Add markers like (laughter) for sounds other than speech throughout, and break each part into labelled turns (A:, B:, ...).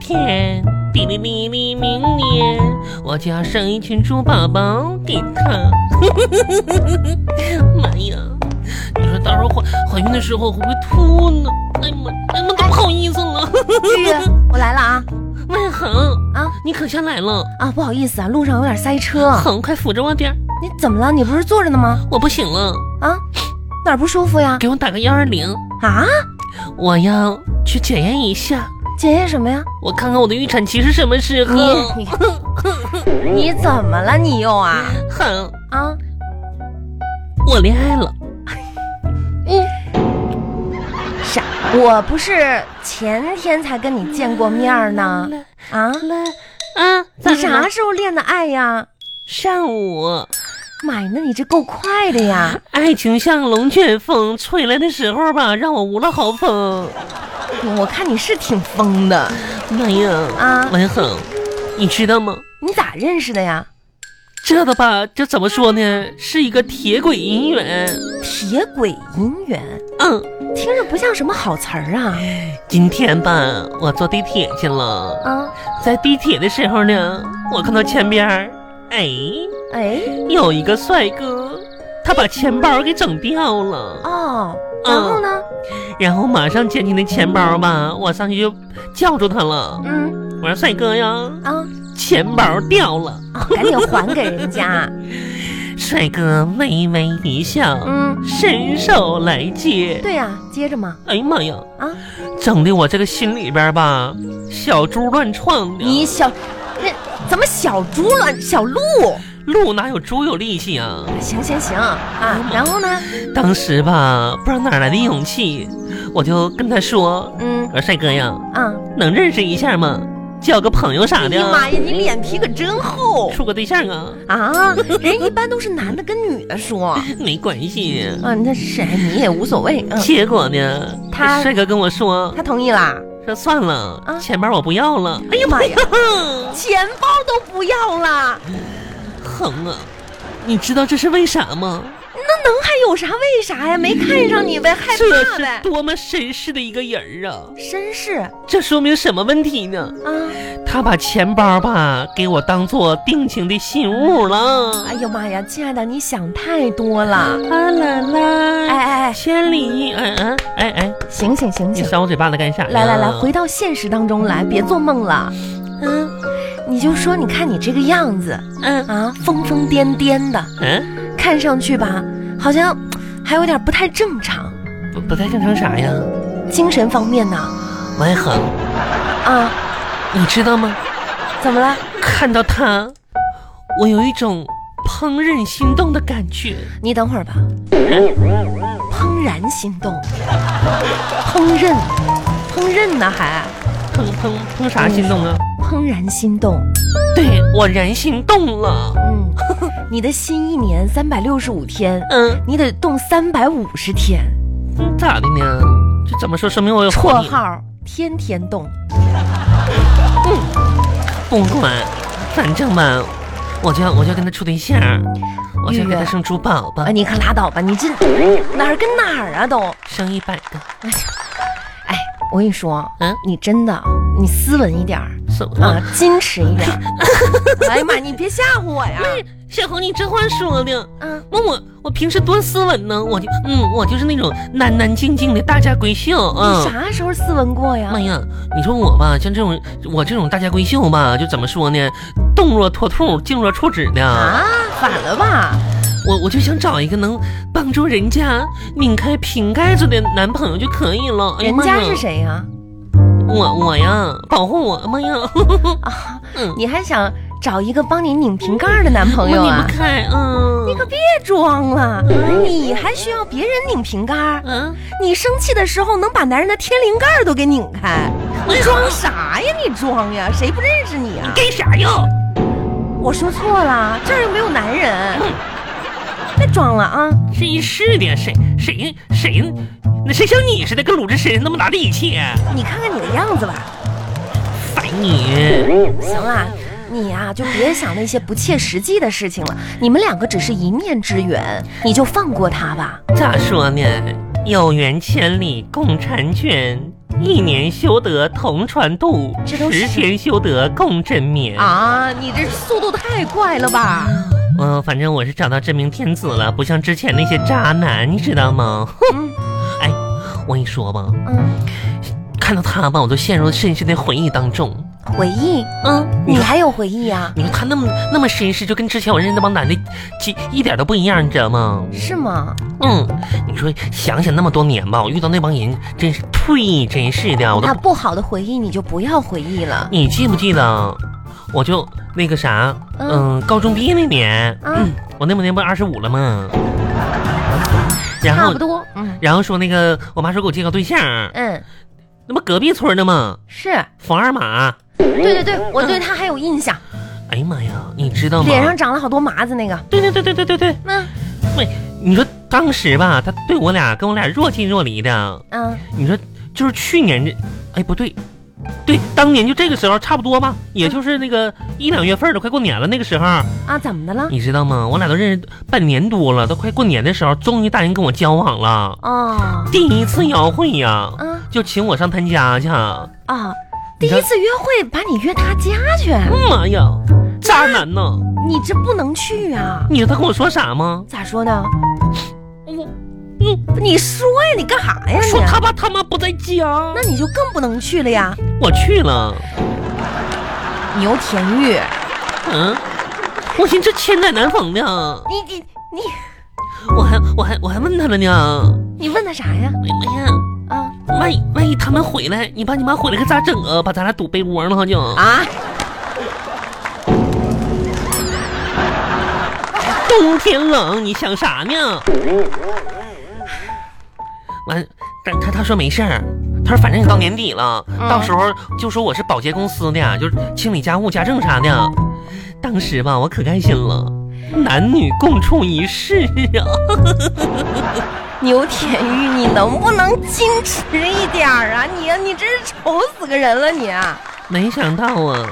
A: 天，哔哩哔哩，明年我就要生一群猪宝宝给他。妈呀！你说到时候怀怀孕的时候会不会吐呢？哎呀妈，哎呀妈，都不好意思了。
B: 去，我来了啊
A: 妈呀，恒，
B: 啊
A: 你可下来了，
B: 啊！不好意思啊，路上有点塞车。
A: 恒，快扶着我点儿，
B: 你怎么了？你不是坐着呢吗？
A: 我不行了，
B: 啊，哪儿不舒服呀？
A: 给我打个幺二零，
B: 啊，
A: 我要去检验一下，
B: 检验什么呀？
A: 我看看我的预产期是什么时候。
B: 你你你怎么了？你又啊
A: 恒，
B: 啊？
A: 我恋爱了，
B: 傻，我不是前天才跟你见过面儿呢啊？
A: 啊，咋
B: 你
A: 的呢
B: 啥？时候恋的爱呀？
A: 上午，
B: 妈呀，那你这够快的呀！
A: 爱情像龙卷风吹来的时候吧，让我无了好风。
B: 我看你是挺疯的
A: 妈呀，
B: 啊！
A: 文恒，你知道吗？
B: 你咋认识的呀？
A: 这个吧，这怎么说呢？是一个铁轨姻缘。
B: 铁轨姻缘，
A: 嗯，
B: 听着不像什么好词儿啊！
A: 今天吧，我坐地铁去了。
B: 啊，
A: 在地铁的时候呢，我看到前边儿，哎，
B: 哎，
A: 有一个帅哥，他把钱包给整掉了。
B: 哦，然后呢？
A: 然后马上捡起那钱包吧，我上去就叫住他了。
B: 嗯
A: 我说：“帅哥呀，
B: 啊
A: 钱包掉了。
B: 啊，赶紧还给人家。”
A: 帅哥微微一笑，
B: 嗯，
A: 伸手来接。
B: 对呀、接着嘛。
A: 哎呀妈呀！
B: 啊，
A: 整的我这个心里边吧，小猪乱窜的。
B: 你小，那怎么小猪了？小鹿？
A: 鹿哪有猪有力气啊？
B: 行行行啊，然后呢？
A: 当时吧，不知道哪来的勇气，我就跟他说
B: 嗯：“
A: 我说帅哥呀，
B: 啊，
A: 能认识一下吗？交个朋友啥
B: 哎
A: 的
B: 呀妈
A: 啊，
B: 呀，你脸皮可真厚
A: 处个对象啊，
B: 啊！人一般都是男的跟女的说，
A: 没关系。
B: 啊，那是你也无所谓，嗯，
A: 结果呢，
B: 他
A: 帅哥跟我说
B: 他同意啦。
A: 说算了，
B: 啊
A: 钱包我不要了。
B: 哎呀妈呀，
A: 哼，
B: 钱包都不要啦，
A: 横啊！你知道这是为啥吗？
B: 那能还有啥为啥呀？没看上你呗，害
A: 这
B: 怕
A: 是
B: 呗。
A: 多么绅士的一个人儿啊！
B: 绅士啊，
A: 这说明什么问题呢？他把钱包吧给我当做定情的信物了
B: 哎。呦妈呀，亲爱的，你想太多了。
A: 啊啦
B: 哎
A: 啦，
B: 哎哎，
A: 千里哎哎哎哎，
B: 醒醒醒
A: 你
B: 醒！
A: 扇我嘴巴子干啥呀？
B: 来来来，回到现实当中来，别做梦了。嗯，你就说，你看你这个样子
A: 嗯
B: 啊，疯疯癫癫的，
A: 嗯，
B: 看上去吧，好像还有点不太正常，
A: 不不太正常啥呀？
B: 精神方面呢？
A: 王一恒，
B: 啊，
A: 你知道吗？
B: 怎么了？
A: 看到他，我有一种怦然心动的感觉。
B: 你等会儿吧。怦然心动，烹饪，烹饪呢还
A: 砰砰砰啥心动啊？
B: 怦然心动。
A: 对我然心动了。
B: 嗯， (laughs) 你的心一年三百六十五天，
A: 嗯，
B: 你得动三百五十天。
A: 咋的呢？这怎么说？说明我有
B: 绰
A: 活力
B: 号天天动，
A: 不管，反正吧，我就要我就要跟他处对象，我就要
B: 月
A: 给
B: 月
A: 他生猪宝宝
B: 啊，，你可拉倒吧，你这哪儿跟哪儿啊都。
A: 生一百个。
B: 哎，我跟你说，
A: 嗯
B: 你真的，你斯文一点儿
A: 是
B: 啊
A: 啊，，
B: 矜持一
A: (laughs)
B: 点儿。哎呀妈，你别吓唬我呀！
A: 哎小红，你这话说的，
B: 嗯，
A: 我我我平时多斯文呢，我就嗯，我就是那种南南静静的大家闺秀
B: 你
A: 啊。
B: 啥时候斯文过呀
A: 妈？哎呀，你说我吧，像这种我这种大家闺秀吧，就怎么说呢？动若脱兔，静若处子的。
B: 啊，反了吧？
A: 我我就想找一个能帮助人家拧开瓶盖子的男朋友就可以了。哎呀
B: 人
A: 妈呀
B: 家是谁啊呀？
A: 我我呀，保护我妈呀！
B: 啊，
A: 嗯
B: 你还想找一个帮你拧瓶盖儿的男朋友
A: (laughs) 我拧
B: 啊
A: 不？开，嗯，
B: 你可别装了，你还需要别人拧瓶盖儿？
A: 嗯，
B: 你生气的时候能把男人的天灵盖儿都给拧开，你装啥呀？你装呀？谁不认识你啊？
A: 干啥呀？
B: 我说错了，这儿又没有男人，别装了啊！
A: 真是的，谁谁谁，那谁像你似的，跟鲁智深那么大力气，啊
B: 你看看你的样子吧。
A: 烦你！
B: 行啦，你呀、就别想那些不切实际的事情了。你们两个只是一面之缘，你就放过他吧。
A: 咋说呢？有缘千里共婵娟，一年修得同船渡，
B: 这都
A: 十
B: 是
A: 天修得共枕眠。
B: 啊，你这速度太快了吧？
A: 嗯、反正我是找到真命天子了，不像之前那些渣男，你知道吗？ (laughs)
B: 嗯
A: 哎，我跟你说吧，
B: 嗯，
A: 看到他吧，我都陷入深深的回忆当中。
B: 回忆，
A: 嗯，
B: 啊你
A: 你看，
B: 还有回忆啊？
A: 你看他那么那么绅士，就跟之前我认识那帮男的，几一点都不一样，你知道吗？
B: 是吗？
A: 嗯，你说想想那么多年吧，我遇到那帮人真是呸，真是的，啊我都
B: 那不好的回忆你就不要回忆了。
A: 你记不记得？我就那个啥，
B: 嗯
A: 嗯，高中毕业那年，
B: 嗯
A: 嗯，我那不年不二十五了吗？然
B: 差
A: 后
B: 不，多，嗯
A: 然后说那个，我妈说给我介绍对象，
B: 嗯，
A: 那不隔壁村的吗？
B: 是
A: 冯二马。
B: 对对对，我对他还有印象，
A: 哎呀妈呀，你知道吗？
B: 脸上长了好多麻子那个。
A: 对对对对对对对，
B: 那
A: 你说当时吧，他对我俩跟我俩若即若离的。
B: 嗯，
A: 你说就是去年这，哎不对，对，当年就这个时候差不多吧，也就是那个一两月份儿都快过年了，那个时候。
B: 啊，怎么的了？
A: 你知道吗？我俩都认识半年多了，都快过年的时候，终于大人跟我交往了。
B: 哦，
A: 第一次约会呀、
B: 嗯
A: 就请我上他家去。哎
B: 啊，第
A: 你看
B: 一次约会把你约他家去，
A: 妈呀，渣男呐！
B: 你这不能去啊？
A: 你知道他跟我说啥吗？
B: 咋说呢？
A: 我
B: 你说呀，你干啥呀
A: 说
B: 你？
A: 他爸他妈不在家，
B: 那你就更不能去了呀！
A: 我去了。
B: 牛田玉，
A: 嗯，我寻思这千载难逢呢，
B: 你你你
A: 我还我还我还问他了呢。
B: 你问他啥呀？
A: 哎呀妈呀，
B: 啊
A: 万一万一他们回来，你爸你妈回来可咋整啊？把咱俩堵被窝了就
B: 啊！
A: 冬天冷，你想啥呢？完，他他他说没事儿，他说反正也到年底了，
B: 嗯
A: 到时候就说我是保洁公司的，就是清理家务、家政啥的。当时吧，我可开心了，男女共处一室啊！
B: 牛田玉，你能不能矜持一点儿啊？你你真是愁死个人了你啊！
A: 没想到啊，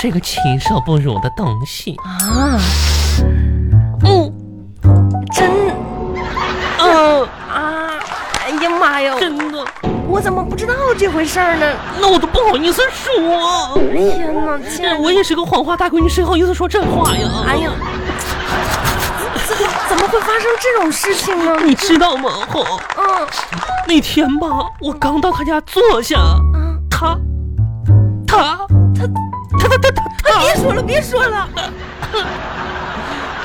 A: 这个禽兽不如的东西，
B: 啊，
A: 嗯
B: 真
A: 啊，
B: 啊！哎呀妈呀，
A: 真的，
B: 我怎么不知道这回事儿呢？
A: 那我都不好意思说，
B: 天哪，亲爱
A: 这
B: 的，
A: 我也是个黄花大闺女，谁好意思说这话呀？
B: 哎呀，怎么怎么会发生这种事情呢？
A: 你知道吗？吼。
B: 嗯
A: 那天吧，我刚到他家坐下，
B: 啊，
A: 他，他，他，他，他，他，
B: 哎
A: 他，
B: 别说了，别说了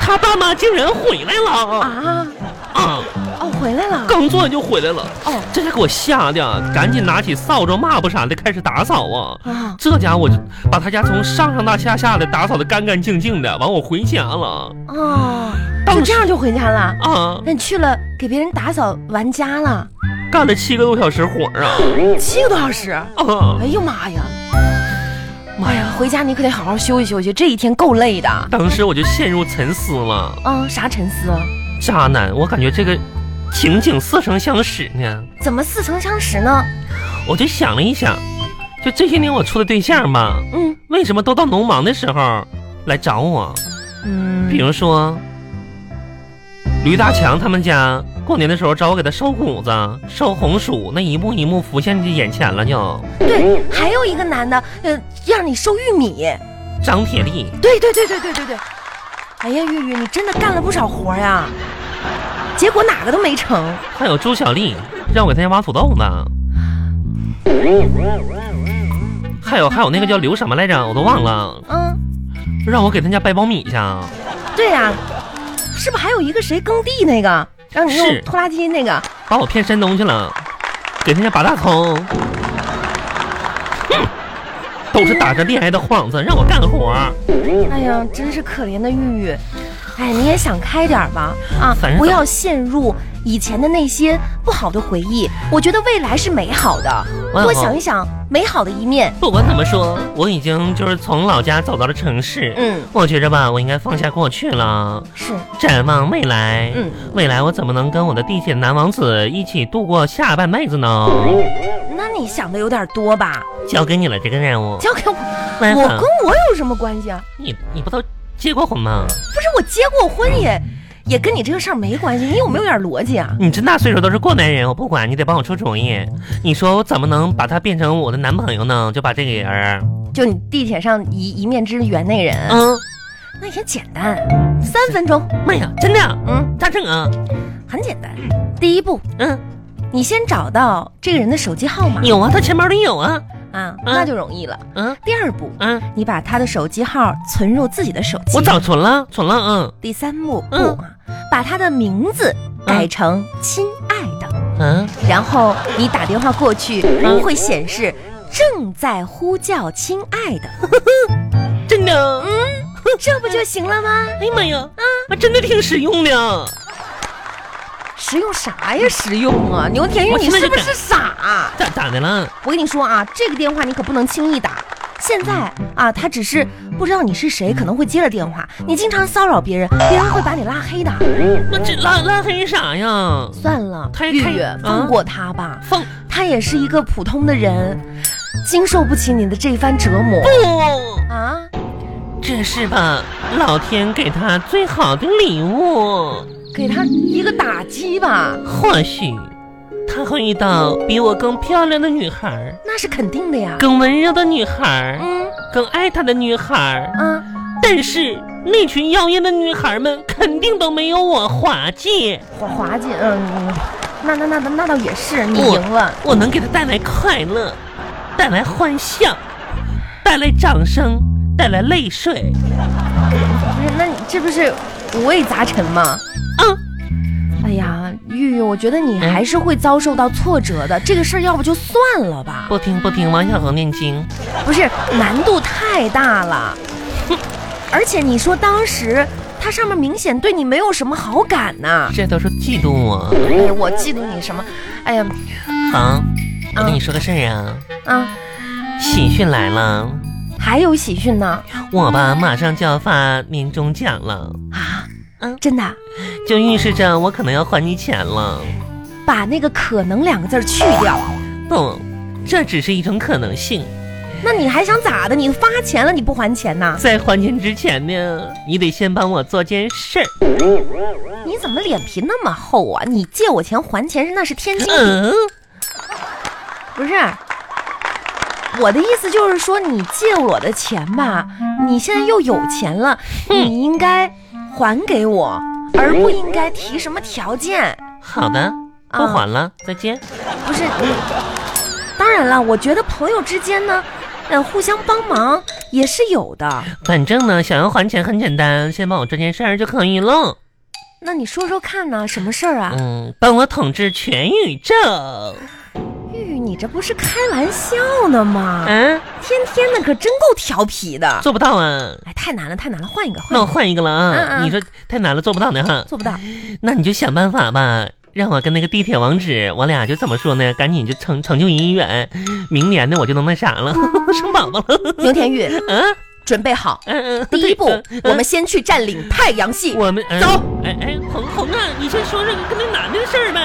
A: 他爸妈竟然回来了
B: 啊！
A: 啊！
B: 哦，回来了。
A: 刚坐下就回来了，
B: 哦
A: 这下给我吓的，赶紧拿起扫帚、抹布啥的开始打扫啊！
B: 啊，
A: 这家伙就把他家从上上到下下的打扫的干干净净的，完我回家了
B: 哦，
A: 当
B: 就
A: 时
B: 这样就回家了。
A: 啊，
B: 那你去了给别人打扫完家了，
A: 干了七个多小时活儿啊！
B: 七个多小时。
A: 啊，
B: 哎呦妈呀！
A: 妈呀！
B: 回家你可得好好休息休息，这一天够累的。
A: 当时我就陷入沉思了，
B: 嗯，啥沉思？啊？
A: 渣男，我感觉这个情景似曾相识呢。
B: 怎么似曾相识呢？
A: 我就想了一想，就这些年我处的对象吧，
B: 嗯
A: 为什么都到农忙的时候来找我？
B: 嗯，
A: 比如说，驴大强他们家过年的时候找我给他收谷子、收红薯，那一幕一幕浮现在眼前了就。
B: 对，还有一个男的，呃，让你收玉米。
A: 张铁力，
B: 对对对对对对对。哎呀，玉玉，你真的干了不少活呀、结果哪个都没成。
A: 还有朱小丽，让我给他家挖土豆呢。还有还有那个叫刘什么来着，我都忘了，
B: 嗯，
A: 让我给他家掰苞米去。
B: 对呀、是不是还有一个谁耕地那个，让你用
A: 是
B: 拖拉机那个？
A: 把我骗山东去了，给人家拔大葱。哼，都是打着恋爱的幌子让我干活儿，
B: 哎呀，真是可怜的玉玉。哎，你也想开点儿吧，啊
A: 反，正
B: 不要陷入以前的那些不好的回忆。我觉得未来是美好的，
A: 我也
B: 多
A: 好
B: 想一想美好的一面。
A: 不管怎么说，我已经就是从老家走到了城市。
B: 嗯
A: 我觉着吧，我应该放下过去了，
B: 是，
A: 展望未来。
B: 嗯，
A: 未来我怎么能跟我的地铁男王子一起度过下半辈子呢？
B: 那你想的有点多吧？
A: 交给你了这个任务。
B: 交给我，
A: 妈呀
B: 我跟我有什么关系啊？
A: 你你不都结过婚吗？
B: 不是我结过婚也也跟你这个事儿没关系，你有没有点逻辑啊？
A: 你这大岁数都是过来人，我不管，你得帮我出主意。你说我怎么能把他变成我的男朋友呢？就把这个人儿，
B: 就你地铁上一一面之缘那人，
A: 嗯，
B: 那也简单，三分钟，
A: 妈呀，真的
B: 嗯，
A: 咋整啊？
B: 很简单。第一步，
A: 嗯，
B: 你先找到这个人的手机号码
A: 有啊，他钱包里有啊，
B: 啊，
A: 嗯
B: 那就容易了。
A: 嗯
B: 第二步，
A: 嗯，
B: 你把他的手机号存入自己的手机
A: 我。早存了，存了，嗯
B: 第三步，步
A: 嗯
B: 啊，把他的名字改成亲爱的，
A: 嗯，
B: 然后你打电话过去
A: 嗯
B: 会显示正在呼叫亲爱的， (laughs)
A: 真的，嗯
B: 这不就行了吗？
A: 哎呀妈呀，啊，真的挺实用的。
B: 实用啥呀？实用啊！牛田玉，
A: 我
B: 你
A: 现在
B: 是
A: 就
B: 不是傻、啊？
A: 咋咋的了？
B: 我跟你说啊，这个电话你可不能轻易打。现在啊，他只是不知道你是谁，可能会接了电话。你经常骚扰别人，别人会把你拉黑的。
A: 那这拉拉黑啥呀？
B: 算了，
A: 他
B: 玉
A: 他
B: 玉
A: 啊，
B: 放过他吧，
A: 放
B: 他也是一个普通的人，经受不起你的这番折磨
A: 不。
B: 啊！
A: 哦这是吧？老天给他最好的礼物，
B: 给他一个打击吧，
A: 或许他会遇到比我更漂亮的女孩儿，
B: 那是肯定的呀。
A: 更温柔的女孩儿，
B: 嗯
A: 更爱他的女孩儿。
B: 啊，
A: 但是那群妖艳的女孩们肯定都没有我滑稽，
B: 滑滑稽，嗯，那那那那那倒也是，你
A: 我
B: 赢了。
A: 我能给他带来快乐，带来欢笑，带来掌声，带来泪水。
B: 不是，那你这不是五味杂陈吗？
A: 嗯，
B: 哎呀，玉玉，我觉得你
A: 嗯
B: 还是会遭受到挫折的。这个事儿，要不就算了吧，
A: 不听不听，王小红念经。
B: 不是难度太大了。 (laughs) 而且你说当时他上面明显对你没有什么好感呐、
A: 这都是嫉妒我。
B: 哎呀，我嫉妒你什么？哎呀，
A: 好，我跟
B: 啊
A: 你说个事儿啊，
B: 啊，
A: 喜讯来了，
B: 还有喜讯呢
A: 我吧马上就要发年终奖了，
B: 啊
A: 嗯！
B: 真的啊，
A: 就预示着我可能要还你钱了。
B: 把那个“可能”两个字儿去掉。
A: 不，这只是一种可能性。
B: 那你还想咋的？你发钱了你不还钱呐？
A: 在还钱之前呢，你得先帮我做件事儿。
B: 你怎么脸皮那么厚啊？你借我钱还钱是那是天经地义
A: 嗯，
B: 不是，我的意思就是说，你借我的钱吧，你现在又有钱了，你应该还给我，而不应该提什么条件。
A: 好的，
B: 啊
A: 不还了，再见。
B: 不是，你当然了，我觉得朋友之间呢，呃，互相帮忙也是有的。
A: 反正呢，想要还钱很简单，先帮我做件事儿就可以了。
B: 那你说说看呢，什么事儿啊？
A: 嗯，帮我统治全宇宙。
B: 玉玉，你这不是开玩笑呢吗？
A: 嗯，
B: 天天的可真够调皮的。
A: 做不到啊。
B: 哎，太难了，太难了，换一个，换
A: 那
B: 一
A: 我
B: 个，
A: 换一个了啊！
B: 嗯嗯
A: 你说太难了，做不到呢哈。
B: 做不到。
A: 那你就想办法吧，让我跟那个地铁王子，我俩就怎么说呢？赶紧就成成就姻缘，明年呢我就能那啥了，生宝宝了。
B: 牛田玉，
A: 嗯、
B: 准备好。
A: 嗯嗯，
B: 第一步
A: 对嗯，
B: 我们先去占领太阳系。
A: 我们、嗯
B: 走。
A: 哎哎，红红啊，你先说说跟那男的事儿呗。